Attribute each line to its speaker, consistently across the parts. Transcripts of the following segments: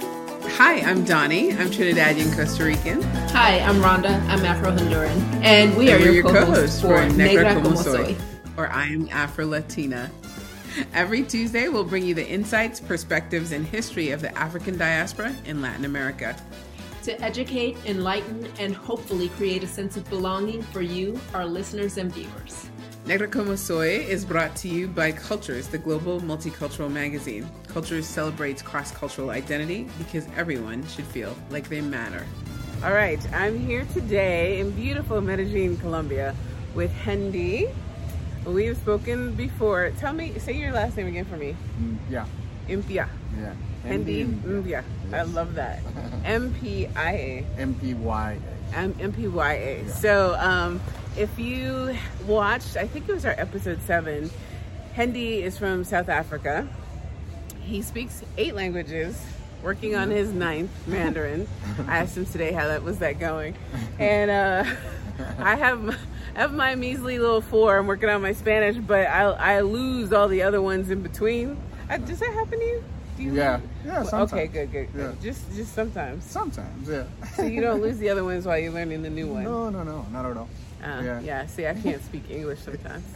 Speaker 1: Hi, I'm Donnie. I'm Trinidadian Costa Rican.
Speaker 2: Hi, I'm Rhonda. I'm Afro Honduran. And we are
Speaker 1: and we're
Speaker 2: your, co-hosts for Negra Como
Speaker 1: Soy,
Speaker 2: Soy.
Speaker 1: or I am Afro Latina. Every Tuesday, we'll bring you the insights, perspectives, and history of the African diaspora in Latin America.
Speaker 2: To educate, enlighten, and hopefully create a sense of belonging for you, our listeners and viewers.
Speaker 1: Negra Como Soy is brought to you by Cultures, the global multicultural magazine. Cultures celebrates cross cultural identity because everyone should feel like they matter. All right, I'm here today in beautiful Medellin, Colombia with Hendy. We've spoken before. Tell me, say your last name again for me.
Speaker 3: Mm, yeah,
Speaker 1: Impia.
Speaker 3: yeah.
Speaker 1: Hendy Impia. I
Speaker 3: Yes.
Speaker 1: love that. M P I A.
Speaker 3: MPY.
Speaker 1: M- MPYA.
Speaker 3: Yeah.
Speaker 1: So um, if you watched, I think it was our episode seven, Hendy is from South Africa. He speaks eight languages, working on his
Speaker 3: Mm-hmm.
Speaker 1: ninth Mandarin. I asked him today how that was that going, and uh, I have I have my measly little four. I'm working on my Spanish, but I, I lose all the other ones in between. Uh, does that happen to you? Do you
Speaker 3: Yeah, yeah. Sometimes.
Speaker 1: Okay, good, good. good.
Speaker 3: Yeah.
Speaker 1: Just just sometimes.
Speaker 3: Sometimes, yeah.
Speaker 1: So you don't lose the other ones while you're learning the new one.
Speaker 3: no, no, no, not at all.
Speaker 1: Uh, yeah.
Speaker 3: Yeah.
Speaker 1: see, I can't speak English sometimes.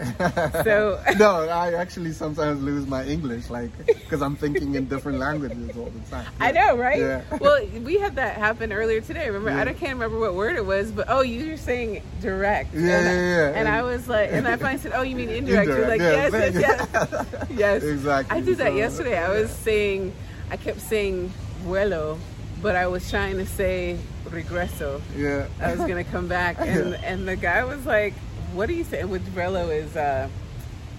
Speaker 1: So-
Speaker 3: no, I actually sometimes lose my English, like, because I'm thinking in different languages all the time.
Speaker 1: I know, right?
Speaker 3: Yeah.
Speaker 1: Well, we had that happen earlier today. Remember, I
Speaker 3: Yeah.
Speaker 1: don't, can't remember what word it was, but oh, you were saying direct.
Speaker 3: Yeah,
Speaker 1: and,
Speaker 3: yeah, yeah.
Speaker 1: And I was like, and I finally said, oh, you mean indirect? You're like, yes,
Speaker 3: Indirect, yeah,
Speaker 1: yes, yes, yes.
Speaker 3: Exactly,
Speaker 1: I did that
Speaker 3: so-
Speaker 1: yesterday. I was saying, I kept saying vuelo, but I was trying to say regreso.
Speaker 3: Yeah.
Speaker 1: I was gonna come back, and
Speaker 3: Yeah.
Speaker 1: and the guy was like, "What do you say?" Which vuelo is uh,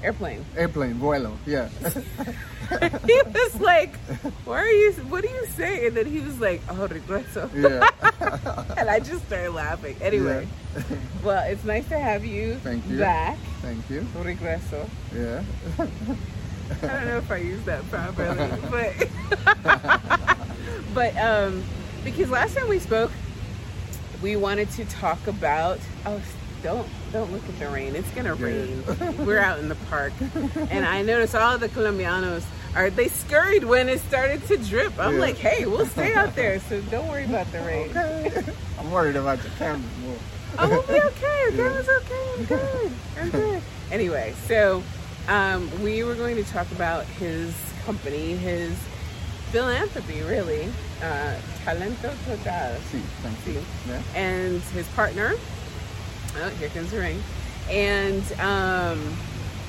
Speaker 1: airplane.
Speaker 3: Airplane, vuelo, yeah.
Speaker 1: he was like, "Why are you? What do you say?" And then he was like, "Oh, regreso,"
Speaker 3: yeah.
Speaker 1: and I just started laughing. Anyway, well, it's nice to have you,
Speaker 3: Thank you.
Speaker 1: back.
Speaker 3: Thank you.
Speaker 1: Regreso.
Speaker 3: Yeah.
Speaker 1: I don't know if I used that properly, but but um, because last time we spoke, we wanted to talk about oh s- don't don't look at the rain it's gonna
Speaker 3: Yeah.
Speaker 1: rain we're out in the park and i noticed all the colombianos are they scurried when it started to drip i'm
Speaker 3: Yeah.
Speaker 1: like hey we'll stay out there so don't worry about the rain
Speaker 3: I'm worried about the camera more.
Speaker 1: oh we'll be okay okay it's okay i'm good i'm good anyway so um, we were going to talk about his company his philanthropy really uh, talento total
Speaker 3: See, thank you.
Speaker 1: See.
Speaker 3: Yeah.
Speaker 1: and his partner. Oh, here comes the rain. And um,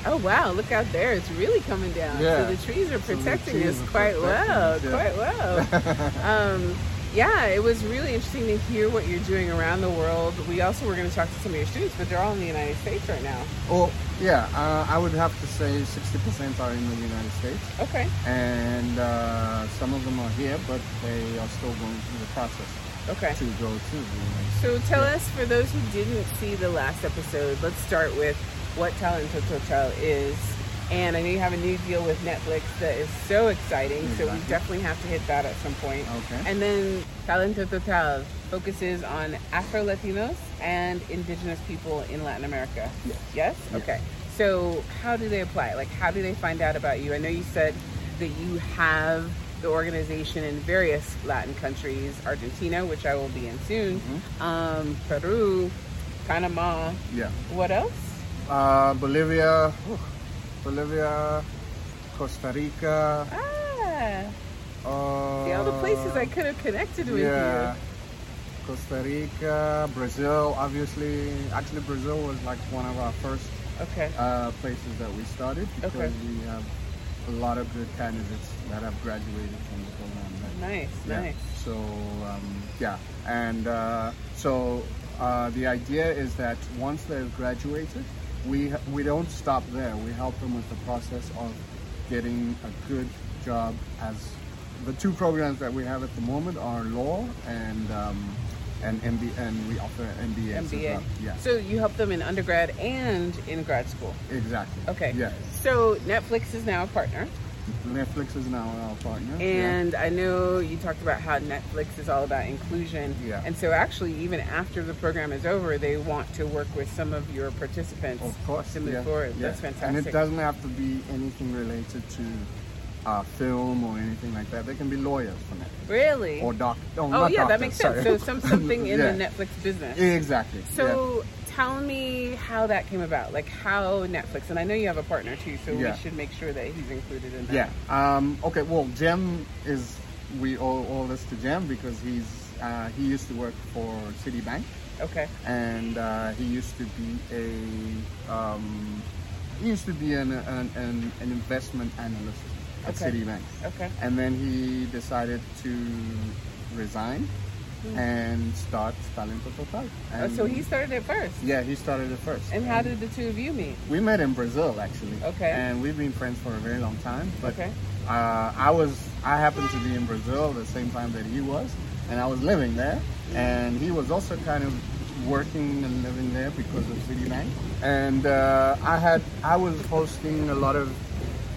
Speaker 1: oh wow, look out there! It's really coming down.
Speaker 3: Yeah.
Speaker 1: So the trees are
Speaker 3: So the
Speaker 1: protecting
Speaker 3: trees
Speaker 1: us
Speaker 3: are
Speaker 1: quite well.
Speaker 3: protecting
Speaker 1: Quite well. um, yeah, it was really interesting to hear what you're doing around the world. We also were going to talk to some of your students, but they're all in the United States right now.
Speaker 3: Or, Oh, yeah, uh, I would have to say 60% are in the United States.
Speaker 1: Okay.
Speaker 3: and uh, some of them are here, but they are still going through the process
Speaker 1: Okay.
Speaker 3: to go to the
Speaker 1: So tell us, for those who didn't see the last episode, let's start with what Talento Total is. And I know you have a new deal with Netflix that is so exciting, so we
Speaker 3: Exactly.
Speaker 1: definitely have to hit that at some point.
Speaker 3: Okay.
Speaker 1: And then Talento Total focuses on Afro Latinos and indigenous people in Latin America.
Speaker 3: Yes.
Speaker 1: Yes?
Speaker 3: Yeah.
Speaker 1: Okay. So how do they apply? Like, how do they find out about you? I know you said that you have the organization in various Latin countries, Argentina, which I will be in soon,
Speaker 3: Mm-hmm.
Speaker 1: um, Peru, Panama.
Speaker 3: Yeah.
Speaker 1: What else?
Speaker 3: Uh, Bolivia, whew, Bolivia, Costa Rica.
Speaker 1: Ah,
Speaker 3: Uh,
Speaker 1: see all the places I could have connected with
Speaker 3: yeah. Costa Rica, Brazil, obviously. Actually, Brazil was like one of our first
Speaker 1: you. Okay.
Speaker 3: uh, places that we started because
Speaker 1: Okay.
Speaker 3: we have a lot of good candidates that have graduated from the program. that
Speaker 1: Nice,
Speaker 3: Yeah.
Speaker 1: nice.
Speaker 3: So um, yeah, and uh, so uh, the idea is that once they've graduated, we we don't stop there. We help them with the process of getting a good job. As the two programs that we have at the moment are law and um, and MB and we offer MBA.
Speaker 1: MBA.
Speaker 3: Yeah.
Speaker 1: So you help them in undergrad and in grad school.
Speaker 3: Exactly.
Speaker 1: Okay.
Speaker 3: Yes.
Speaker 1: So Netflix is now a partner.
Speaker 3: Netflix is now our partner. Mm-hmm. Yeah.
Speaker 1: And I know you talked about how Netflix is all about inclusion.
Speaker 3: Yeah.
Speaker 1: And so, actually, even after the program is over, they want to work with some of your participants
Speaker 3: Of course,
Speaker 1: to move
Speaker 3: yeah,
Speaker 1: forward.
Speaker 3: yeah.
Speaker 1: That's
Speaker 3: And
Speaker 1: fantastic.
Speaker 3: it doesn't have to be anything related to uh, film or anything like that. They can be lawyers for Netflix
Speaker 1: Really?
Speaker 3: or doc. Oh,
Speaker 1: oh
Speaker 3: not
Speaker 1: yeah, that
Speaker 3: doctors,
Speaker 1: makes sense.
Speaker 3: sorry.
Speaker 1: So some something in the
Speaker 3: Yeah.
Speaker 1: Netflix business.
Speaker 3: Exactly.
Speaker 1: So tell me how that came about, like how Netflix, and I know you have a partner too, so
Speaker 3: Yeah.
Speaker 1: we should make sure that he's included in that.
Speaker 3: yeah. yeah. Um, okay. Well, Jem is we owe all this to Jem because he's uh, he used to work for Citibank.
Speaker 1: Okay.
Speaker 3: and uh, he used to be a um, he used to be an an, an, an investment analyst at
Speaker 1: Okay.
Speaker 3: Citibank,
Speaker 1: Okay.
Speaker 3: and then he decided to resign and start Talento Total.
Speaker 1: Hmm. Oh,
Speaker 3: And
Speaker 1: so he started it first.
Speaker 3: yeah, he started it first.
Speaker 1: And how did the two of you meet?
Speaker 3: we met in Brazil actually?
Speaker 1: Okay.
Speaker 3: and we've been friends for a very long time. But
Speaker 1: Okay.
Speaker 3: uh, I was I happened to be in Brazil the same time that he was, and I was living there,
Speaker 1: Hmm.
Speaker 3: and he was also kind of working and living there because of Citibank. And uh, I had I was hosting a lot of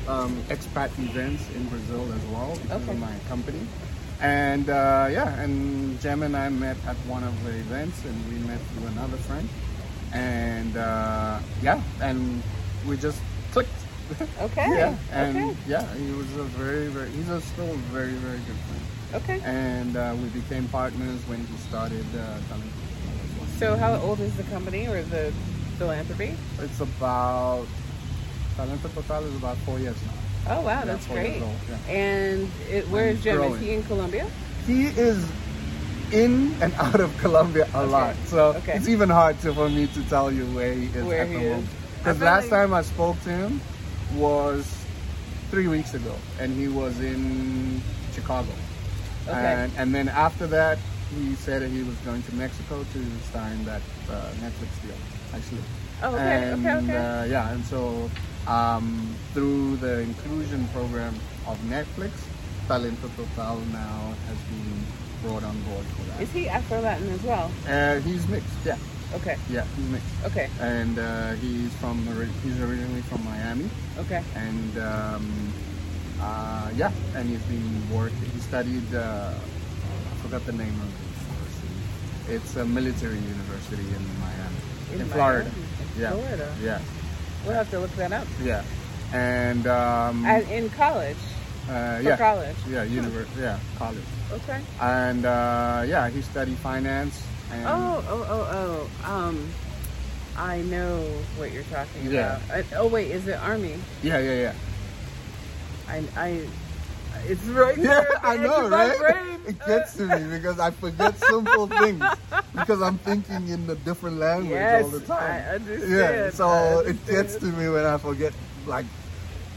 Speaker 3: um, expat events in Brazil as well because
Speaker 1: Okay.
Speaker 3: of my company. And uh, yeah, and Jem and I met at one of the events, and we met through another friend. And uh, yeah, and we just clicked.
Speaker 1: Okay.
Speaker 3: Yeah, and
Speaker 1: okay.
Speaker 3: yeah, he was a very, very, he's a still a very, very good friend.
Speaker 1: Okay.
Speaker 3: And uh, we became partners when he started uh, coming. to Los
Speaker 1: so how old is the company or the philanthropy?
Speaker 3: Angeles. It's about, Talento Total is about four years now.
Speaker 1: Oh wow, that's
Speaker 3: four
Speaker 1: great.
Speaker 3: years old, yeah.
Speaker 1: And it, where is
Speaker 3: And
Speaker 1: Jim? Is
Speaker 3: growing.
Speaker 1: he in Colombia?
Speaker 3: He is in and out of Colombia a lot, so
Speaker 1: okay.
Speaker 3: it's even hard to, for me to tell you where he is
Speaker 1: Where
Speaker 3: at the
Speaker 1: he is.
Speaker 3: moment.
Speaker 1: I
Speaker 3: Because
Speaker 1: feel
Speaker 3: last
Speaker 1: like-
Speaker 3: time I spoke to him was three weeks ago, and he was in Chicago.
Speaker 1: Okay.
Speaker 3: And, and then after that, he said that he was going to Mexico to sign that uh, Netflix deal, actually.
Speaker 1: Oh, okay,
Speaker 3: And,
Speaker 1: okay, okay.
Speaker 3: Uh, yeah, and so um, through the inclusion program of Netflix, Talento Total now has been brought on board for that.
Speaker 1: Is he Afro Latin as well?
Speaker 3: uh, he's mixed, yeah.
Speaker 1: Okay.
Speaker 3: Yeah, he's mixed.
Speaker 1: Okay.
Speaker 3: And uh, he's from ori- he's originally from Miami
Speaker 1: Okay.
Speaker 3: and um, uh, yeah, and he's been working. He studied. Uh, I forgot the name of the university. It's a military university in Miami,
Speaker 1: In
Speaker 3: Florida.
Speaker 1: Miami? In
Speaker 3: Yeah,
Speaker 1: Florida?
Speaker 3: Yeah,
Speaker 1: We'll have to look that up.
Speaker 3: yeah, and um,
Speaker 1: And in college.
Speaker 3: uh,
Speaker 1: for
Speaker 3: yeah,
Speaker 1: college.
Speaker 3: Yeah, university. Yeah, college.
Speaker 1: Okay.
Speaker 3: And uh, yeah, he studied finance. And
Speaker 1: Oh, oh, oh, oh. Um, I know what you're talking
Speaker 3: Yeah.
Speaker 1: about. I, oh wait, is it Army?
Speaker 3: yeah, yeah, yeah.
Speaker 1: I, I, it's right
Speaker 3: Yeah,
Speaker 1: there. at the
Speaker 3: I
Speaker 1: edge
Speaker 3: know,
Speaker 1: of my
Speaker 3: right?
Speaker 1: brain.
Speaker 3: It gets to me because I forget simple things because I'm thinking in a different language all
Speaker 1: Yes,
Speaker 3: the time.
Speaker 1: I understand,
Speaker 3: Yeah, so
Speaker 1: I
Speaker 3: it gets to me when I forget like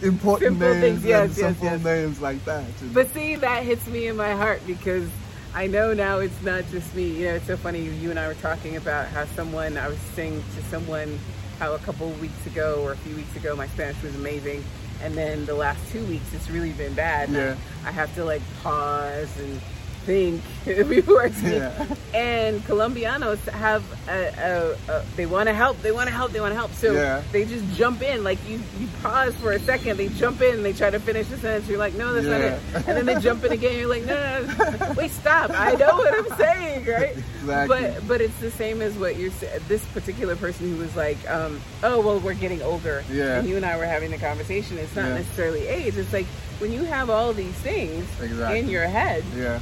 Speaker 3: important
Speaker 1: Simple
Speaker 3: names
Speaker 1: things, yes,
Speaker 3: and
Speaker 1: yes,
Speaker 3: simple
Speaker 1: yes.
Speaker 3: names like that. you know.
Speaker 1: But see, that hits me in my heart because I know now it's not just me. You know, it's so funny. You and I were talking about how someone I was saying to someone how a couple weeks ago or a few weeks ago my Spanish was amazing, and then the last two weeks it's really been bad.
Speaker 3: Yeah.
Speaker 1: I have to like pause and think before I speak.
Speaker 3: Yeah.
Speaker 1: And Colombianos have a, a, a they want to help. They want to help. They want to help. So
Speaker 3: Yeah.
Speaker 1: they just jump in. Like you, you pause for a second. They jump in. and They try to finish the sentence. You're like, no, that's not it.
Speaker 3: Yeah.
Speaker 1: And then they jump in again. You're like, no, no, no. wait, stop. I know what I'm saying, right?
Speaker 3: Exactly.
Speaker 1: But but it's the same as what you're. sa- This particular person who was like, um, oh well, we're getting older.
Speaker 3: Yeah.
Speaker 1: And you and I were having the conversation. It's not
Speaker 3: Yeah.
Speaker 1: necessarily age. It's like when you have all these things
Speaker 3: Exactly.
Speaker 1: in your head,
Speaker 3: yeah,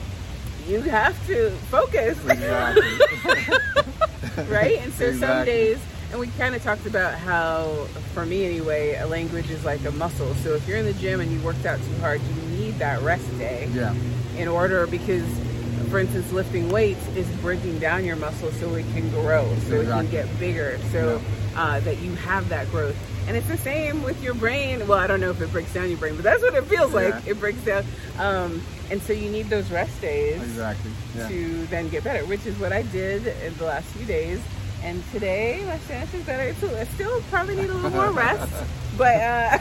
Speaker 1: you have to focus.
Speaker 3: exactly.
Speaker 1: right? And so some
Speaker 3: Exactly.
Speaker 1: days, and we kind of talked about how, for me anyway, a language is like a muscle. So if you're in the gym and you worked out too hard, you need that rest day
Speaker 3: yeah,
Speaker 1: in order because, for instance, lifting weights is breaking down your muscle so it can grow, so it can
Speaker 3: Exactly.
Speaker 1: get bigger, so uh, that you have that growth. And it's the same with your brain. Well, I don't know if it breaks down your brain, but that's what it feels like.
Speaker 3: Yeah.
Speaker 1: It breaks down. Um, and so you need those rest days
Speaker 3: exactly. Yeah.
Speaker 1: to then get better, which is what I did in the last few days. And today my Spanish is better too. I still probably need a little more rest, but uh,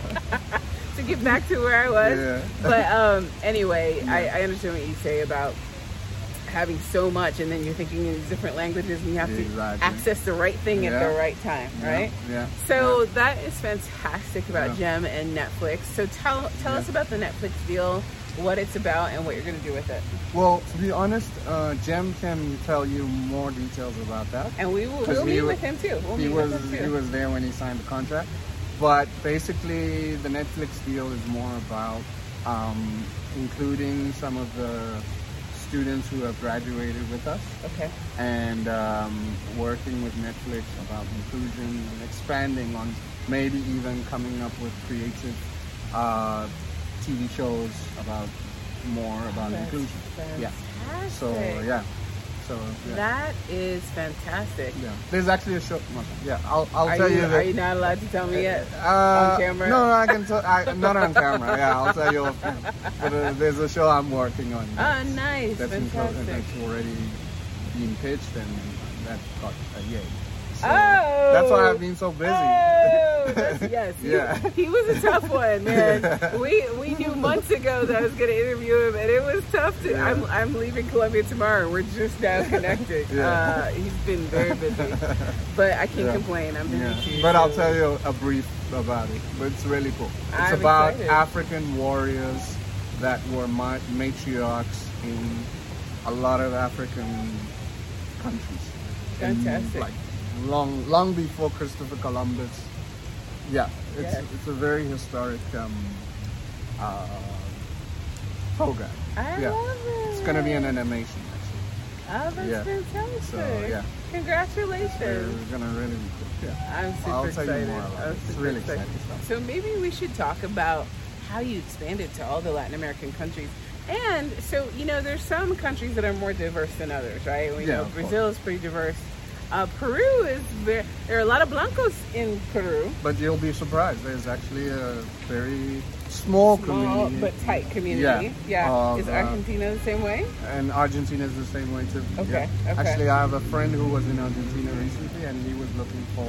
Speaker 1: to get back to where I was.
Speaker 3: Yeah.
Speaker 1: But um, anyway, I, I understand what you say about having so much, and then you're thinking in different languages, and you have to
Speaker 3: Exactly.
Speaker 1: access the right thing at the
Speaker 3: Yeah.
Speaker 1: right time,
Speaker 3: Yeah,
Speaker 1: right?
Speaker 3: Yeah.
Speaker 1: So that is fantastic about
Speaker 3: Yeah.
Speaker 1: Gem and Netflix. So tell tell
Speaker 3: Yeah.
Speaker 1: us about the Netflix deal, what it's about, and what you're going to do with it.
Speaker 3: Well, to be honest, uh, Jem can tell you more details about that.
Speaker 1: And we will
Speaker 3: 'Cause
Speaker 1: we'll
Speaker 3: we
Speaker 1: meet
Speaker 3: were-
Speaker 1: with him too. We'll
Speaker 3: he
Speaker 1: meet
Speaker 3: was
Speaker 1: with him
Speaker 3: he
Speaker 1: too.
Speaker 3: was there when he signed the contract, But basically, the Netflix deal is more about um, including some of the students who have graduated with us
Speaker 1: Okay.
Speaker 3: and um, working with Netflix about inclusion and expanding on maybe even coming up with creative uh, TV shows about more about
Speaker 1: That's
Speaker 3: inclusion. Yeah.
Speaker 1: fantastic.
Speaker 3: So yeah. So yeah.
Speaker 1: That is fantastic.
Speaker 3: yeah. There's actually a show. no, Yeah. I'll, I'll
Speaker 1: Are
Speaker 3: tell
Speaker 1: you,
Speaker 3: you.
Speaker 1: are
Speaker 3: that-
Speaker 1: you not allowed to tell me yet?
Speaker 3: Uh,
Speaker 1: On camera?
Speaker 3: No, no, I can tell. I, not on camera. Yeah, I'll tell you. Off camera. But uh, there's a show I'm working on.
Speaker 1: Oh, nice.
Speaker 3: that's in pro-
Speaker 1: fantastic.
Speaker 3: that's already being pitched and that got a yay. So
Speaker 1: Oh.
Speaker 3: that's why I've been so busy.
Speaker 1: Oh, that's- yes. he-
Speaker 3: Yeah.
Speaker 1: He, was a tough one, man. we we knew months ago that I was going to interview him, and it was tough to.
Speaker 3: Yeah.
Speaker 1: I'm, I'm leaving Columbia tomorrow. We're just now connected.
Speaker 3: Yeah.
Speaker 1: uh, he's been very busy, but I can't
Speaker 3: Yeah.
Speaker 1: complain. I'm busy
Speaker 3: Yeah.
Speaker 1: too.
Speaker 3: But I'll
Speaker 1: so-
Speaker 3: tell you a brief about it. But it's really cool. It's
Speaker 1: I'm
Speaker 3: about
Speaker 1: excited.
Speaker 3: African warriors that were ma- matriarchs in a lot of African countries. In,
Speaker 1: Fantastic.
Speaker 3: like long, long before Christopher Columbus. Yeah, it's
Speaker 1: Yes.
Speaker 3: it's a very historic um, uh, program.
Speaker 1: I
Speaker 3: yeah,
Speaker 1: love it.
Speaker 3: it's gonna be an animation. Actually.
Speaker 1: Oh, that's
Speaker 3: Yeah.
Speaker 1: fantastic.
Speaker 3: So, yeah.
Speaker 1: Congratulations.
Speaker 3: We're gonna really. Yeah.
Speaker 1: I'm super
Speaker 3: I'll tell
Speaker 1: excited.
Speaker 3: you more
Speaker 1: I'm
Speaker 3: about it. It's
Speaker 1: super
Speaker 3: really
Speaker 1: excited.
Speaker 3: exciting stuff.
Speaker 1: So maybe we should talk about how you expanded to all the Latin American countries. And so, you know, there's some countries that are more diverse than others, right? We know
Speaker 3: Yeah, of course.
Speaker 1: Brazil is pretty diverse. Uh, Peru is very, there are a lot of blancos in Peru.
Speaker 3: But you'll be surprised. There's actually a very
Speaker 1: Small
Speaker 3: small, community,
Speaker 1: but tight community.
Speaker 3: Yeah. Of,
Speaker 1: Is
Speaker 3: uh,
Speaker 1: Argentina the same way?
Speaker 3: and Argentina is the same way too.
Speaker 1: Okay, okay.
Speaker 3: Actually, I have a friend who was in Argentina recently, and he was looking for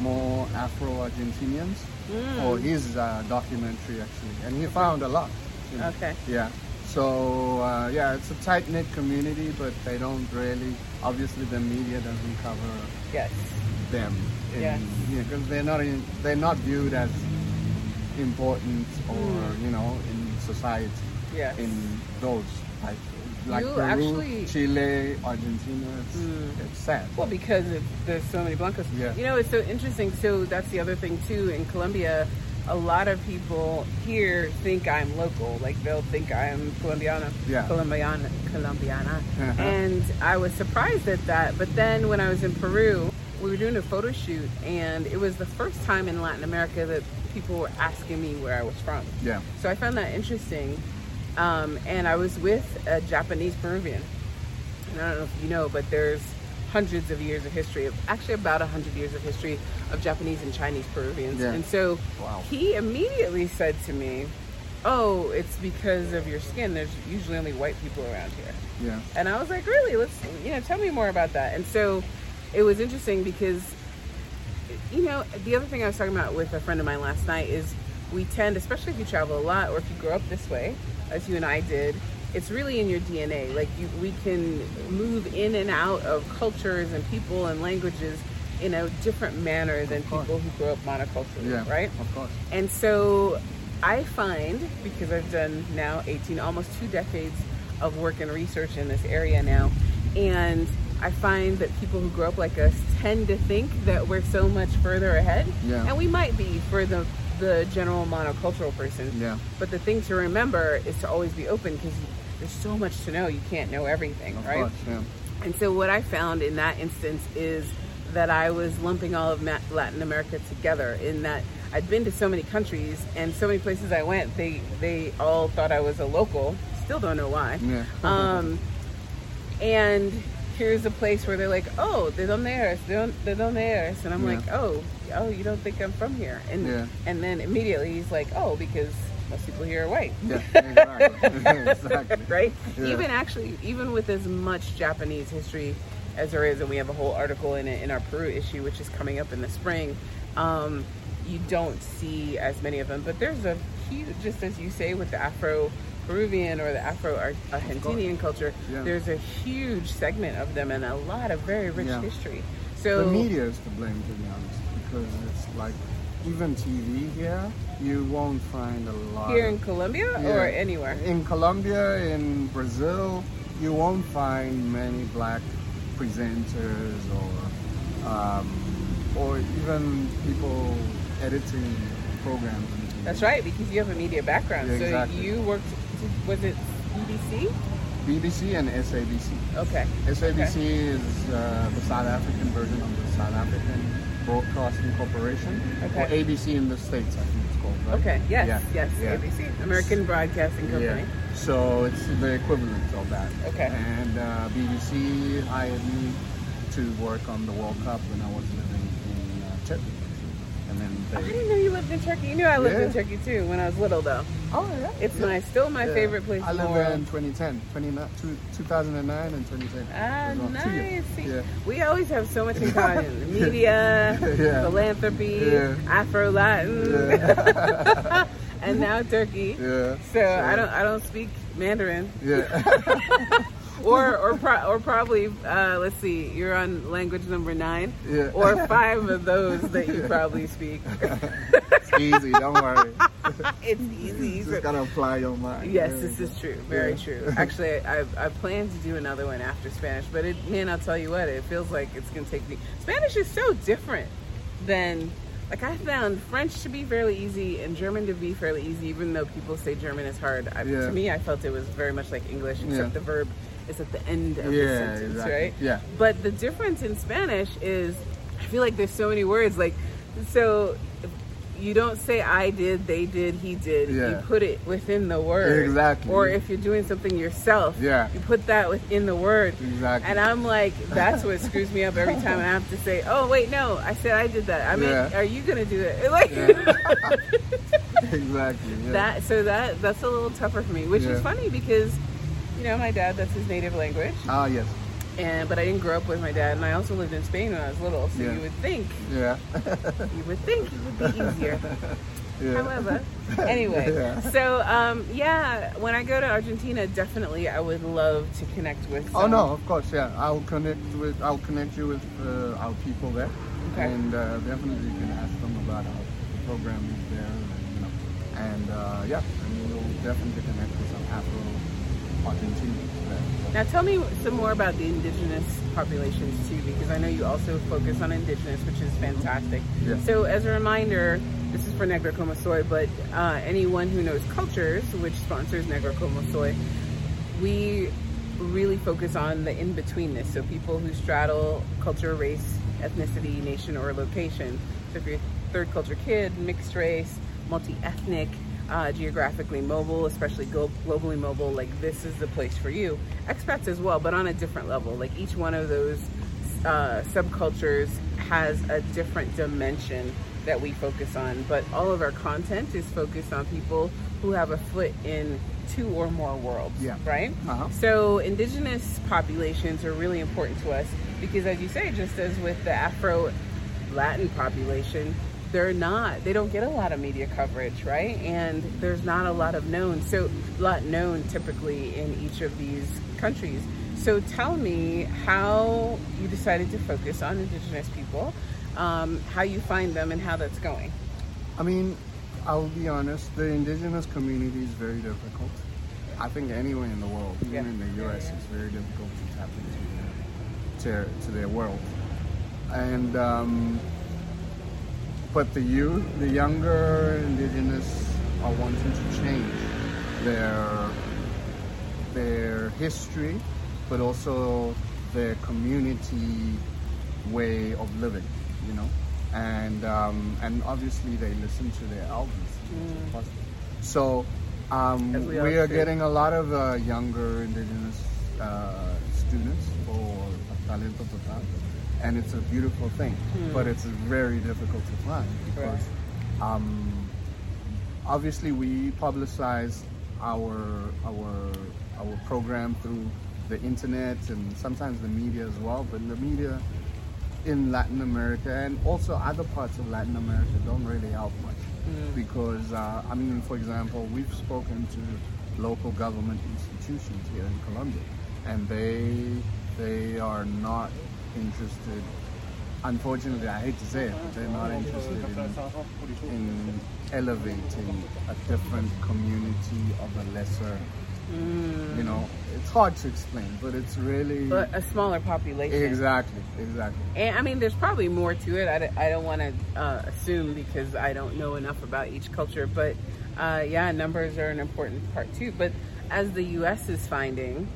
Speaker 3: more Afro-Argentinians
Speaker 1: Hmm.
Speaker 3: for his uh, documentary actually, and he found a lot. you know.
Speaker 1: Okay.
Speaker 3: Yeah. So uh, yeah, it's a tight knit community, but they don't really. Obviously, the media doesn't cover
Speaker 1: Yes.
Speaker 3: them. In,
Speaker 1: Yeah.
Speaker 3: because they're not in, they're not viewed as important or you know in society.
Speaker 1: Hmm. Yes.
Speaker 3: In those like like
Speaker 1: You
Speaker 3: Peru,
Speaker 1: actually- Hmm.
Speaker 3: Chile, Argentina. It's, it's sad.
Speaker 1: Well, because it, there's so many blancos.
Speaker 3: Yeah.
Speaker 1: You know, it's so interesting. So that's the other thing too. In Colombia, a lot of people here think I'm local. Like they'll think I'm Colombiana.
Speaker 3: Yeah.
Speaker 1: Colombiana. Colombiana.
Speaker 3: Uh-huh.
Speaker 1: And I was surprised at that. But then when I was in Peru, we were doing a photo shoot, and it was the first time in Latin America that people were asking me where I was from.
Speaker 3: yeah.
Speaker 1: So I found that interesting. Um, and I was with a Japanese Peruvian. And I don't know if you know, but there's hundreds of years of history, of actually about 100 years of history of Japanese and Chinese Peruvians.
Speaker 3: Yeah.
Speaker 1: And so
Speaker 3: Wow.
Speaker 1: he immediately said to me, Oh, it's because of your skin. There's usually only white people around here.
Speaker 3: Yeah.
Speaker 1: And I was like, really? Let's, you know, tell me more about that. And so it was interesting because, you know, the other thing I was talking about with a friend of mine last night is we tend, especially if you travel a lot or if you grow up this way, as you and I did, it's really in your DNA. Like, you, we can move in and out of cultures and people and languages in a different manner than
Speaker 3: course.
Speaker 1: people who grow up monoculturally,
Speaker 3: Yeah.
Speaker 1: right?
Speaker 3: Of course.
Speaker 1: And so I find, because I've done now 18, almost two decades of work and research in this area now, and I find that people who grow up like us tend to think that we're so much further ahead.
Speaker 3: Yeah.
Speaker 1: And we might be for the, the general monocultural person.
Speaker 3: Yeah.
Speaker 1: But the thing to remember is to always be open because there's so much to know. You can't know everything,
Speaker 3: Of
Speaker 1: right?
Speaker 3: course. Yeah.
Speaker 1: And so what I found in that instance is that I was lumping all of Ma- Latin America together in that I'd been to so many countries and so many places I went, they, they all thought I was a local. Still don't know why.
Speaker 3: Yeah.
Speaker 1: Um, and here's a place where they're like, oh, de donde eres, de don- de donde eres. And I'm
Speaker 3: Yeah.
Speaker 1: like, oh, oh, you don't think I'm from here. And,
Speaker 3: Yeah.
Speaker 1: and then immediately he's like, oh, because most people here are white
Speaker 3: yeah. Exactly. exactly.
Speaker 1: right?
Speaker 3: Yeah.
Speaker 1: Even actually, even with as much Japanese history as there is, and we have a whole article in it in our Peru issue, which is coming up in the spring. Um, you don't see as many of them, but there's a huge, just as you say, with the Afro Peruvian or the Afro Argentinian culture,
Speaker 3: Yeah.
Speaker 1: there's a huge segment of them and a lot of very rich
Speaker 3: Yeah.
Speaker 1: history. So
Speaker 3: the media is to blame, to be honest, because it's like even TV here, you won't find a lot
Speaker 1: here
Speaker 3: of
Speaker 1: in Colombia
Speaker 3: Yeah.
Speaker 1: or anywhere,
Speaker 3: In Colombia, in Brazil, you won't find many black presenters or um, or even people editing programs. and things.
Speaker 1: That's right, because you have a media background.
Speaker 3: Yeah,
Speaker 1: so
Speaker 3: exactly.
Speaker 1: you worked, was it BBC?
Speaker 3: BBC and SABC.
Speaker 1: Okay.
Speaker 3: SABC is uh, the South African version of the South African Broadcasting Corporation, or
Speaker 1: Okay.
Speaker 3: ABC in the States, I think it's called. Right?
Speaker 1: Okay, yes,
Speaker 3: Yeah,
Speaker 1: yes,
Speaker 3: yeah.
Speaker 1: ABC, American Broadcasting Company.
Speaker 3: Yeah. So it's the equivalent of that.
Speaker 1: Okay.
Speaker 3: And uh, BBC hired me to work on the World Cup when I was living in uh, Turkey, and then
Speaker 1: I
Speaker 3: they.
Speaker 1: didn't know you lived in Turkey. You knew I lived in
Speaker 3: Yeah.
Speaker 1: Turkey too when I was little, though.
Speaker 3: Oh yeah.
Speaker 1: It's my still my
Speaker 3: Yeah.
Speaker 1: favorite place
Speaker 3: I
Speaker 1: in the
Speaker 3: lived there in
Speaker 1: world.
Speaker 3: 2010, 29 two- 2009 and 2010.
Speaker 1: Ah,
Speaker 3: It was about two
Speaker 1: nice.
Speaker 3: years. Yeah.
Speaker 1: We always have so much in common: media,
Speaker 3: Yeah.
Speaker 1: philanthropy,
Speaker 3: Yeah.
Speaker 1: Afro Latin,
Speaker 3: Yeah.
Speaker 1: and now Turkey.
Speaker 3: yeah.
Speaker 1: So I don't I don't speak Mandarin
Speaker 3: Yeah.
Speaker 1: or or pro- or probably uh, let's see you're on language number nine
Speaker 3: Yeah.
Speaker 1: or five of those that you probably speak.
Speaker 3: it's easy. Don't worry.
Speaker 1: it's easy.
Speaker 3: You just gotta apply your mind.
Speaker 1: Yes,
Speaker 3: There
Speaker 1: this
Speaker 3: you
Speaker 1: is
Speaker 3: go.
Speaker 1: true. Very
Speaker 3: Yeah.
Speaker 1: true. Actually, I, I plan to do another one after Spanish, but it, man, I'll tell you what, it feels like it's going to take me. Spanish is so different than, like, I found French to be fairly easy and German to be fairly easy, even though people say German is hard. I,
Speaker 3: Yeah.
Speaker 1: To me, I felt it was very much like English, except
Speaker 3: Yeah.
Speaker 1: the verb is at the end of the
Speaker 3: Yeah,
Speaker 1: sentence,
Speaker 3: exactly.
Speaker 1: right?
Speaker 3: Yeah.
Speaker 1: But the difference in Spanish is, I feel like there's so many words. Like, so you don't say I did, they did, he did.
Speaker 3: Yeah.
Speaker 1: You put it within the word.
Speaker 3: Exactly.
Speaker 1: Or if you're doing something yourself,
Speaker 3: Yeah.
Speaker 1: you put that within the word.
Speaker 3: Exactly.
Speaker 1: And I'm like, that's what screws me up every time. I have to say, oh wait, no, I said I did that. I mean,
Speaker 3: Yeah.
Speaker 1: are you gonna do it? Like
Speaker 3: Yeah. exactly. Yeah.
Speaker 1: that. So that that's a little tougher for me, which is
Speaker 3: Yeah.
Speaker 1: funny because. You know, my dad, that's his native language.
Speaker 3: Ah yes.
Speaker 1: And but I didn't grow up with my dad and I also lived in Spain when I was little, so
Speaker 3: Yeah.
Speaker 1: you would think
Speaker 3: Yeah.
Speaker 1: you would think it would be easier.
Speaker 3: yeah.
Speaker 1: However, anyway,
Speaker 3: Yeah.
Speaker 1: so um, yeah, when I go to Argentina, definitely I would love to connect with.
Speaker 3: Oh
Speaker 1: some-
Speaker 3: no, of course, yeah. I'll connect with. I'll connect you with uh, our people there,
Speaker 1: Okay.
Speaker 3: and uh, definitely you can ask them about our program is there, and, you know, and uh, yeah, and we'll definitely connect with some Afro Argentinians there.
Speaker 1: Now tell me some more about the indigenous populations too, because I know you also focus on indigenous, which is fantastic.
Speaker 3: Yeah.
Speaker 1: So as a reminder, this is for Negro Como Soy, but uh, anyone who knows cultures, which sponsors Negro Como Soy, we really focus on the in-betweenness. So people who straddle culture, race, ethnicity, nation, or location. So if you're a third culture kid, mixed race, multi-ethnic, uh, geographically mobile, especially glo- globally mobile, like this is the place for you. Expats as well, but on a different level. Like each one of those uh, subcultures has a different dimension that we focus on, but all of our content is focused on people who have a foot in two or more worlds,
Speaker 3: Yeah.
Speaker 1: right?
Speaker 3: Uh-huh.
Speaker 1: So indigenous populations are really important to us because as you say, just as with the Afro Latin population, they're not they don't get a lot of media coverage, right? And there's not a lot of known so a lot known typically in each of these countries. So tell me how you decided to focus on indigenous people, um, how you find them and how that's going.
Speaker 3: I mean, I'll be honest, the indigenous community is very difficult. I think anywhere in the world, even
Speaker 1: Yeah.
Speaker 3: in the US, it's very difficult to tap into their, to, to their world. And, um, but the youth, the younger indigenous are wanting to change their, their history, but also their community way of living, you know, and um, and obviously they listen to their albums. So
Speaker 1: Mm. As
Speaker 3: um,
Speaker 1: we
Speaker 3: we,
Speaker 1: all
Speaker 3: are
Speaker 1: should.
Speaker 3: getting a lot of uh, younger indigenous uh, students for Talento Total, and it's a beautiful thing, but
Speaker 1: Mm.
Speaker 3: it's very difficult to find because um, obviously we publicize our our our program through the internet and sometimes the media as well but the media in Latin America and also other parts of Latin America don't really help much because uh, I mean for example we've spoken to local government institutions here in Colombia and they they are not interested unfortunately I hate to say it but they're not interested in in elevating a different community of a lesser You know, it's hard to explain, but it's really
Speaker 1: Mm. But a smaller population.
Speaker 3: Mm. exactly, exactly.
Speaker 1: And I mean, there's probably more to it. I, d- I don't want to uh, assume because I don't know enough about each culture. But uh, yeah, numbers are an important part too. But as the U.S. is finding,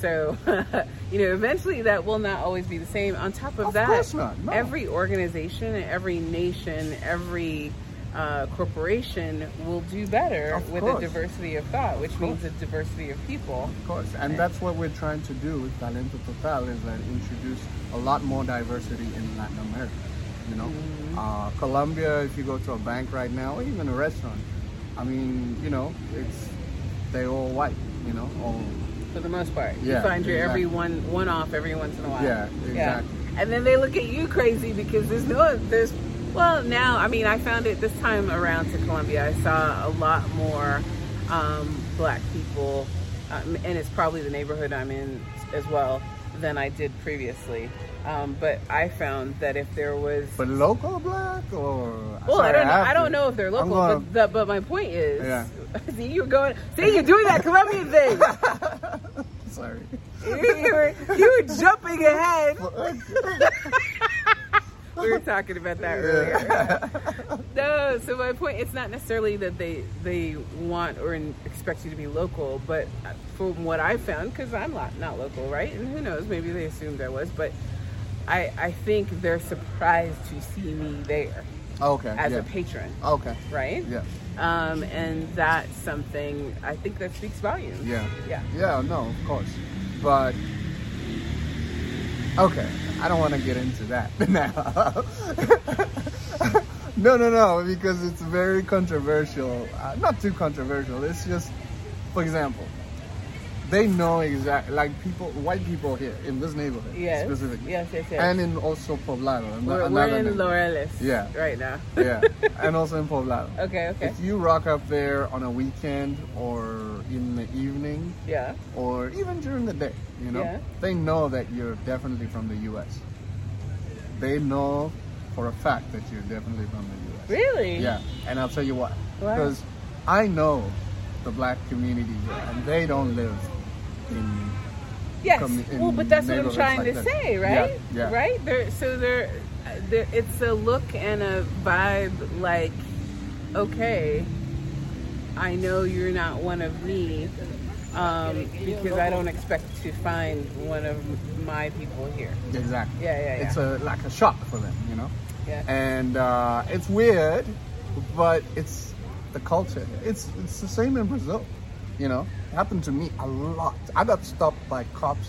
Speaker 1: so you know, eventually that will not always be the same. On top of,
Speaker 3: Of
Speaker 1: that,
Speaker 3: course not, no.
Speaker 1: every organization, and every nation, every uh, corporation will do better
Speaker 3: Of
Speaker 1: with a
Speaker 3: course.
Speaker 1: diversity of thought, which means a diversity of people.
Speaker 3: Of course, and that's what we're trying to do with Talento Total is that introduce a lot more diversity in Latin America. You know,
Speaker 1: Mm.
Speaker 3: uh, Colombia. If you go to a bank right now, or even a restaurant, I mean, you know, it's they all white. You know, all
Speaker 1: for the most part. you
Speaker 3: Yeah,
Speaker 1: find your every
Speaker 3: exactly.
Speaker 1: one one off every once in a while.
Speaker 3: Yeah, exactly.
Speaker 1: And then they look at you crazy because there's no there's well now I mean I found it this time around to Columbia I saw a lot more um, black people um, and it's probably the neighborhood I'm in as well than I did previously. Um, but I found that if there was
Speaker 3: but local black or
Speaker 1: well, I
Speaker 3: sorry,
Speaker 1: don't know.
Speaker 3: have
Speaker 1: I don't
Speaker 3: to-
Speaker 1: know if they're
Speaker 3: I'm
Speaker 1: local,
Speaker 3: gonna-
Speaker 1: but the, but my point is,
Speaker 3: Yeah.
Speaker 1: see, you're going, see, you're doing that Colombian thing.
Speaker 3: sorry.
Speaker 1: you, were, you were jumping ahead. we were talking about that earlier. no, so my point it's not necessarily that they they want or in- expect you to be local, but from what I found, because I'm not, not local, right? And who knows, maybe they assumed I was, but I I think they're surprised to see me there
Speaker 3: Oh, Okay.
Speaker 1: as
Speaker 3: yeah.
Speaker 1: a patron,
Speaker 3: Okay.
Speaker 1: right?
Speaker 3: Yeah.
Speaker 1: Um, and that's something I think that speaks volumes.
Speaker 3: Yeah.
Speaker 1: Yeah.
Speaker 3: Yeah, no, of course. But okay, I don't want to get into that now. no, no, no, because it's very controversial. Uh, not too controversial. It's just, for example, they know exactly like people, white people here in this neighborhood
Speaker 1: Yes.
Speaker 3: specifically,
Speaker 1: Yes, yes, yes.
Speaker 3: and in also Poblado. an-
Speaker 1: We're, we're
Speaker 3: another
Speaker 1: in
Speaker 3: neighborhood.
Speaker 1: Laureles
Speaker 3: Yeah.
Speaker 1: right now.
Speaker 3: yeah, and also in Poblado.
Speaker 1: Okay, okay.
Speaker 3: If you rock up there on a weekend or in the evening,
Speaker 1: Yeah.
Speaker 3: or even during the day, you know,
Speaker 1: Yeah.
Speaker 3: they know that you're definitely from the U.S. They know for a fact that you're definitely from the U.S.
Speaker 1: Really?
Speaker 3: Yeah, and I'll tell you why.
Speaker 1: Why?
Speaker 3: Because I know the black community here, and they don't live in.
Speaker 1: Yes.
Speaker 3: Come in
Speaker 1: well, but that's what I'm
Speaker 3: neighborhoods
Speaker 1: trying
Speaker 3: like
Speaker 1: to
Speaker 3: that.
Speaker 1: say,
Speaker 3: Yeah,
Speaker 1: right?
Speaker 3: yeah.
Speaker 1: Right? There, so there, there, it's a look and a vibe like, okay, I know you're not one of me um, because I don't expect to find one of my people here.
Speaker 3: Exactly.
Speaker 1: Yeah, yeah, yeah.
Speaker 3: It's a like a shock for them, you know.
Speaker 1: Yeah.
Speaker 3: And uh, it's weird, but it's the culture. It's it's the same in Brazil, you know. It happened to me a lot. I got stopped by cops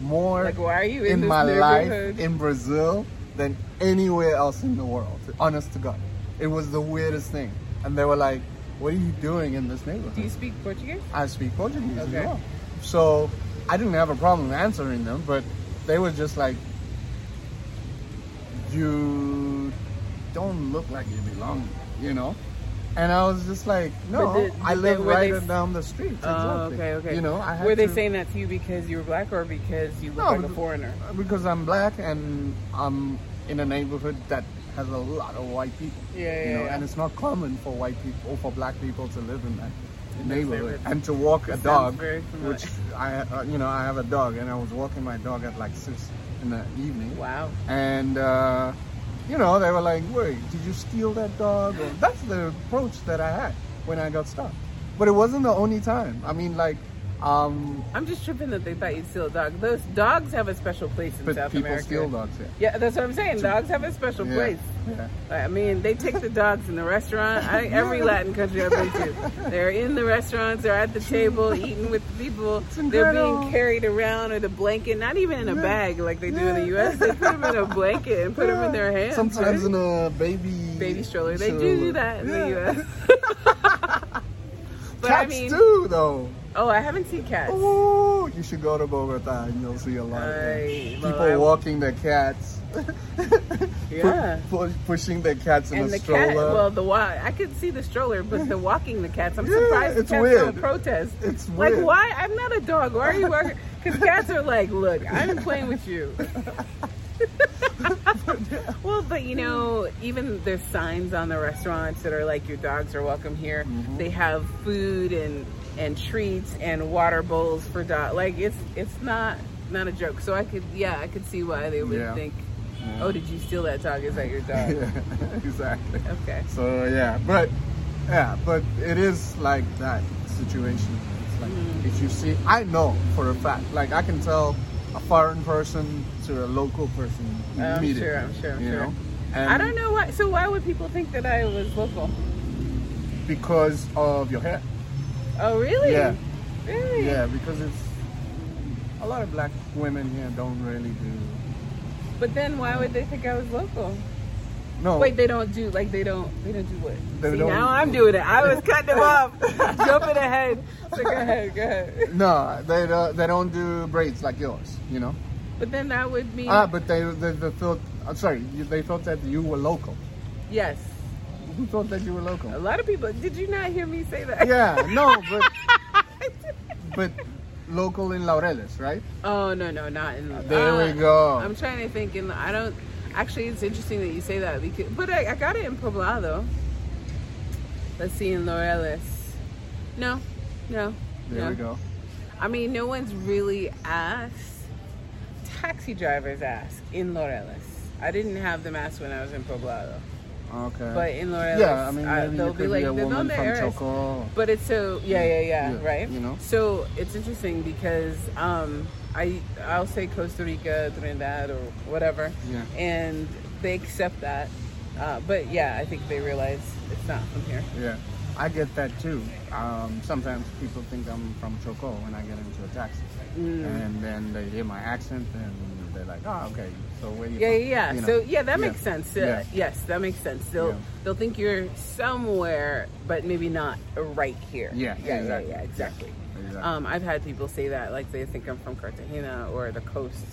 Speaker 3: more
Speaker 1: Like, why are you in
Speaker 3: in,
Speaker 1: this
Speaker 3: my life
Speaker 1: neighborhood?
Speaker 3: in Brazil than anywhere else in the world. Honest to God, it was the weirdest thing. And they were like, "What are you doing in this neighborhood?"
Speaker 1: Do you speak Portuguese?
Speaker 3: I speak Portuguese as
Speaker 1: Okay.
Speaker 3: well. So I didn't have a problem answering them, but they were just like, you don't look like you belong, you know? And I was just like, no,
Speaker 1: But did-
Speaker 3: I
Speaker 1: did
Speaker 3: live
Speaker 1: they- were
Speaker 3: right
Speaker 1: they-
Speaker 3: down the street.
Speaker 1: Oh,
Speaker 3: exactly.
Speaker 1: okay, okay.
Speaker 3: You know, I had
Speaker 1: Were they
Speaker 3: to-
Speaker 1: saying that to you because you were black or because you look
Speaker 3: No,
Speaker 1: like a
Speaker 3: because-
Speaker 1: foreigner?
Speaker 3: Because I'm black and I'm in a neighborhood that has a lot of white people.
Speaker 1: Yeah,
Speaker 3: you
Speaker 1: yeah,
Speaker 3: know,
Speaker 1: yeah.
Speaker 3: and it's not common for white people or for black people to live in that
Speaker 1: neighborhood.
Speaker 3: neighborhood and to walk a
Speaker 1: Sounds
Speaker 3: dog,
Speaker 1: very familiar.
Speaker 3: which I, uh, you know, I have a dog and I was walking my dog at like six in the evening.
Speaker 1: Wow.
Speaker 3: And uh, you know, they were like, "Wait, did you steal that dog?" Or, That's the approach that I had when I got stopped. But it wasn't the only time. I mean, like. Um,
Speaker 1: I'm just tripping that they thought you'd steal a dog. Those dogs have a special place in
Speaker 3: but
Speaker 1: South
Speaker 3: people
Speaker 1: America.
Speaker 3: steal dogs here.
Speaker 1: Yeah, that's what I'm saying. Dogs have a special
Speaker 3: Yeah,
Speaker 1: place.
Speaker 3: yeah.
Speaker 1: I mean, they take the dogs in the restaurant. I, every Latin country I've been to, they're in the restaurants, they're at the table, eating with the people. They're being
Speaker 3: incredible.
Speaker 1: carried around in a blanket, not even in a bag like they do in the U.S. They put them in a blanket and put them in their hands.
Speaker 3: Sometimes
Speaker 1: right?
Speaker 3: in a baby
Speaker 1: baby stroller. They do do that in the U.S. but
Speaker 3: Cats
Speaker 1: I mean,
Speaker 3: do Oh. though.
Speaker 1: oh, I haven't seen cats.
Speaker 3: Ooh, you should go to Bogota and you'll see a lot of them.
Speaker 1: I-
Speaker 3: people
Speaker 1: well, I-
Speaker 3: walking their cats, pu-
Speaker 1: Yeah.
Speaker 3: pu- pushing their cats in
Speaker 1: and
Speaker 3: a
Speaker 1: the
Speaker 3: stroller.
Speaker 1: cat. Well, the wa- I could see the stroller, but the walking the cats. I'm
Speaker 3: Yeah,
Speaker 1: surprised the
Speaker 3: it's
Speaker 1: cats don't
Speaker 3: weird.
Speaker 1: protest.
Speaker 3: It's
Speaker 1: like
Speaker 3: weird.
Speaker 1: why? I'm not a dog. Why are you walking? Because cats are like, look, I'm playing with you. Well, but you know, even there's signs on the restaurants that are like your dogs are welcome here.
Speaker 3: Mm-hmm.
Speaker 1: They have food and and treats and water bowls for dog. Like it's it's not not a joke. So I could yeah I could see why they would
Speaker 3: Yeah.
Speaker 1: think,
Speaker 3: Yeah.
Speaker 1: oh, did you steal that dog? Is that your dog?
Speaker 3: exactly.
Speaker 1: okay.
Speaker 3: So yeah, but yeah, but it is like that situation. It's like
Speaker 1: Mm.
Speaker 3: if you see, I know for a fact, like I can tell a foreign person to a local person
Speaker 1: I'm
Speaker 3: immediately.
Speaker 1: sure, I'm sure, I'm
Speaker 3: you
Speaker 1: sure.
Speaker 3: know, and
Speaker 1: I don't know why. So why would people think that I was local?
Speaker 3: because of your hair.
Speaker 1: Oh really?
Speaker 3: Yeah.
Speaker 1: Really?
Speaker 3: Yeah, because it's a lot of black women here don't really do.
Speaker 1: But then why would they think I was local?
Speaker 3: No,
Speaker 1: Wait, they don't do like they don't they don't do what?
Speaker 3: Oh. They
Speaker 1: See,
Speaker 3: don't-
Speaker 1: now I'm doing it. I was cutting them off, jumping ahead. So go ahead, go ahead.
Speaker 3: no, they don't, they don't do braids like yours. You know.
Speaker 1: But then that would mean
Speaker 3: Ah, but they they, they thought. I'm sorry, you- they thought that you were local.
Speaker 1: yes.
Speaker 3: Who thought that you were local?
Speaker 1: A lot of people. Did you not hear me say that?
Speaker 3: Yeah, no, but but local in Laureles, right?
Speaker 1: Oh no no not in.
Speaker 3: There
Speaker 1: uh,
Speaker 3: we go.
Speaker 1: I'm trying to think, and I don't. Actually, it's interesting that you say that because, but I, I got it in Poblado. Let's see in Loreles. No, no.
Speaker 3: there
Speaker 1: no.
Speaker 3: we go.
Speaker 1: I mean, no one's really asked. Taxi drivers ask in Loreles. I didn't have them ask when I was in Poblado,
Speaker 3: Okay.
Speaker 1: but in Loreles,
Speaker 3: yeah, I mean,
Speaker 1: uh,
Speaker 3: maybe
Speaker 1: they'll
Speaker 3: you
Speaker 1: be
Speaker 3: could
Speaker 1: like,
Speaker 3: be a
Speaker 1: "They're
Speaker 3: woman
Speaker 1: not
Speaker 3: from
Speaker 1: there."
Speaker 3: Chocó.
Speaker 1: But it's so yeah, yeah, yeah,
Speaker 3: Yeah,
Speaker 1: right?
Speaker 3: you know?
Speaker 1: So it's interesting because um, I I'll say Costa Rica, Trinidad, or whatever,
Speaker 3: Yeah.
Speaker 1: and they accept that. Uh, but yeah, I think they realize it's not from here.
Speaker 3: Yeah, I get that too. Um, sometimes people think I'm from Choco when I get into a taxi,
Speaker 1: Mm.
Speaker 3: and then they hear my accent and they're like, "Oh, okay, so where you?"
Speaker 1: Yeah,
Speaker 3: from?"
Speaker 1: yeah, yeah.
Speaker 3: You know?
Speaker 1: So yeah, that
Speaker 3: Yeah.
Speaker 1: makes sense. Uh,
Speaker 3: Yeah.
Speaker 1: Yes, that makes sense. They'll
Speaker 3: Yeah.
Speaker 1: they'll think you're somewhere, but maybe not right here.
Speaker 3: Yeah,
Speaker 1: yeah,
Speaker 3: exactly.
Speaker 1: yeah, yeah exactly.
Speaker 3: Exactly.
Speaker 1: Um, I've had people say that, like they think I'm from Cartagena or the coast.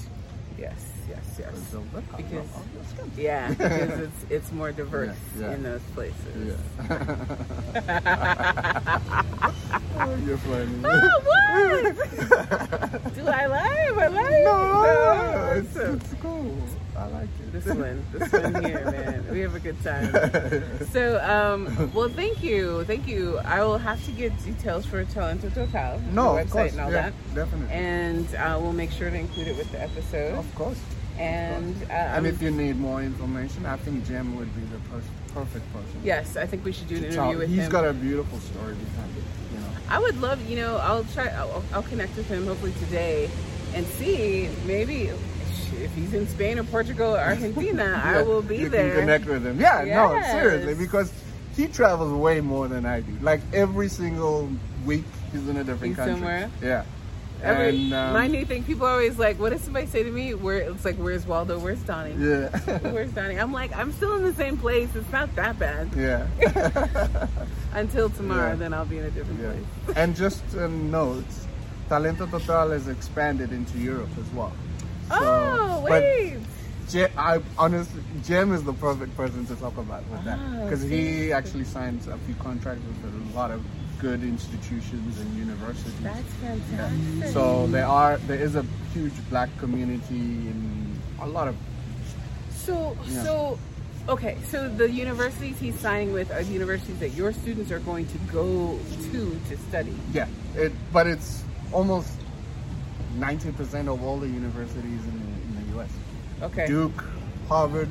Speaker 1: Yes, yes, yes.
Speaker 3: So, what-
Speaker 1: Because-
Speaker 3: oh, that's good.
Speaker 1: Yeah, because it's it's more diverse
Speaker 3: Yeah, yeah.
Speaker 1: in those places.
Speaker 3: Oh, you're funny.
Speaker 1: Oh, what? Do I lie? Am I Oh, lying?
Speaker 3: no, it's,
Speaker 1: so-
Speaker 3: it's cool. I like it.
Speaker 1: this one, this one here, man. We have a good time. So, um, well, thank you, thank you. I will have to get details for Talento Total,
Speaker 3: No,
Speaker 1: the
Speaker 3: of
Speaker 1: website
Speaker 3: course,
Speaker 1: and all
Speaker 3: yeah,
Speaker 1: that,
Speaker 3: definitely.
Speaker 1: and uh, we'll make sure to include it with the episode.
Speaker 3: of course.
Speaker 1: and uh,
Speaker 3: and if you need more information, I think Jim would be the pers- perfect person.
Speaker 1: yes, I think we should do an
Speaker 3: to
Speaker 1: interview
Speaker 3: tell.
Speaker 1: with
Speaker 3: He's
Speaker 1: him.
Speaker 3: got a beautiful story behind it. You know.
Speaker 1: I would love, you know, I'll try, I'll, I'll connect with him hopefully today and see maybe if he's in Spain or Portugal or Argentina, I
Speaker 3: Yeah,
Speaker 1: will be
Speaker 3: you
Speaker 1: there.
Speaker 3: Can connect with him. Yeah, no, seriously,
Speaker 1: Yes.
Speaker 3: because he travels way more than I do. Like every single week, he's in a different
Speaker 1: He's
Speaker 3: country.
Speaker 1: somewhere.
Speaker 3: Yeah.
Speaker 1: Every,
Speaker 3: and, um,
Speaker 1: my new thing, people are always like, what does somebody say to me? Where it's like, where's Waldo? Where's Donnie?
Speaker 3: Yeah.
Speaker 1: Where's Donnie? I'm like, I'm still in the same place. It's not that bad.
Speaker 3: yeah.
Speaker 1: Until tomorrow,
Speaker 3: Yeah.
Speaker 1: then I'll be in a different
Speaker 3: Yeah.
Speaker 1: place.
Speaker 3: And just a note, Talento Total has expanded into Europe as well. So-
Speaker 1: oh,
Speaker 3: but
Speaker 1: wait.
Speaker 3: Je- I honestly, Jem is the perfect person to talk about with that
Speaker 1: Ah,
Speaker 3: because he actually signs a few contracts with a lot of good institutions and universities.
Speaker 1: That's fantastic.
Speaker 3: So there are there is a huge black community in a lot of
Speaker 1: So,
Speaker 3: Yeah.
Speaker 1: so, okay. So the universities he's signing with are the universities that your students are going to go to to study.
Speaker 3: yeah. It but it's almost ninety percent of all the universities in the, in the U.S.
Speaker 1: Okay.
Speaker 3: Duke, Harvard,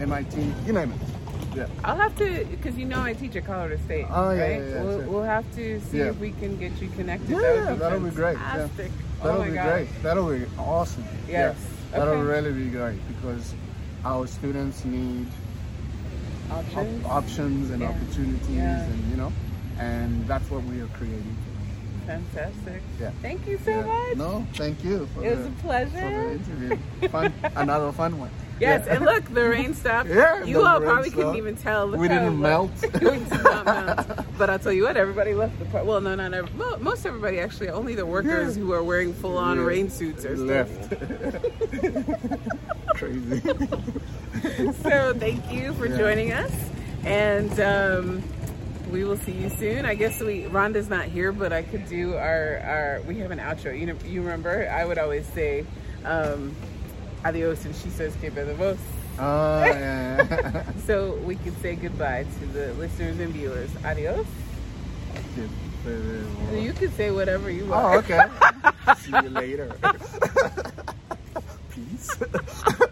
Speaker 3: MIT, you name it. Yeah.
Speaker 1: I'll have to, because you know I teach at Colorado State.
Speaker 3: Oh, yeah,
Speaker 1: right?
Speaker 3: yeah, yeah,
Speaker 1: we'll,
Speaker 3: sure.
Speaker 1: we'll have to see
Speaker 3: Yeah.
Speaker 1: if we can get you connected.
Speaker 3: Yeah,
Speaker 1: that would
Speaker 3: yeah,
Speaker 1: be
Speaker 3: that'll be great, yeah.
Speaker 1: Fantastic.
Speaker 3: That'll
Speaker 1: oh my
Speaker 3: be
Speaker 1: God.
Speaker 3: great. That'll be awesome.
Speaker 1: Yes.
Speaker 3: Yeah. That'll
Speaker 1: Okay.
Speaker 3: really be great because our students need op-
Speaker 1: Options.
Speaker 3: options and
Speaker 1: Yeah.
Speaker 3: opportunities,
Speaker 1: Yeah.
Speaker 3: and you know, and that's what we are creating.
Speaker 1: Fantastic.
Speaker 3: Yeah.
Speaker 1: Thank you so
Speaker 3: Yeah.
Speaker 1: much.
Speaker 3: No, thank you. For
Speaker 1: It was
Speaker 3: the,
Speaker 1: a
Speaker 3: For the
Speaker 1: pleasure.
Speaker 3: interview. Fun, another fun one.
Speaker 1: Yes,
Speaker 3: Yeah.
Speaker 1: and look, the rain stopped.
Speaker 3: Yeah,
Speaker 1: you
Speaker 3: the
Speaker 1: all
Speaker 3: rain
Speaker 1: probably couldn't
Speaker 3: stopped.
Speaker 1: even tell. Look
Speaker 3: We
Speaker 1: how
Speaker 3: didn't
Speaker 1: it
Speaker 3: melt.
Speaker 1: looked. we did not melt. But I'll tell you what, everybody left the park. Well, no, not every, mo- most everybody actually. Only the workers
Speaker 3: Yeah.
Speaker 1: who are wearing full-on
Speaker 3: Yeah.
Speaker 1: rain suits are still
Speaker 3: left. Crazy.
Speaker 1: So thank you for
Speaker 3: Yeah.
Speaker 1: joining us, and um, we will see you soon. I guess we Rhonda's not here, but I could do our our. We have an outro. You know, you remember I would always say um, adios, and she says que pedo vos.
Speaker 3: Oh, yeah, yeah.
Speaker 1: So we can say goodbye to the listeners and viewers. Adios. You can say whatever you want.
Speaker 3: oh, okay. See you later. Peace.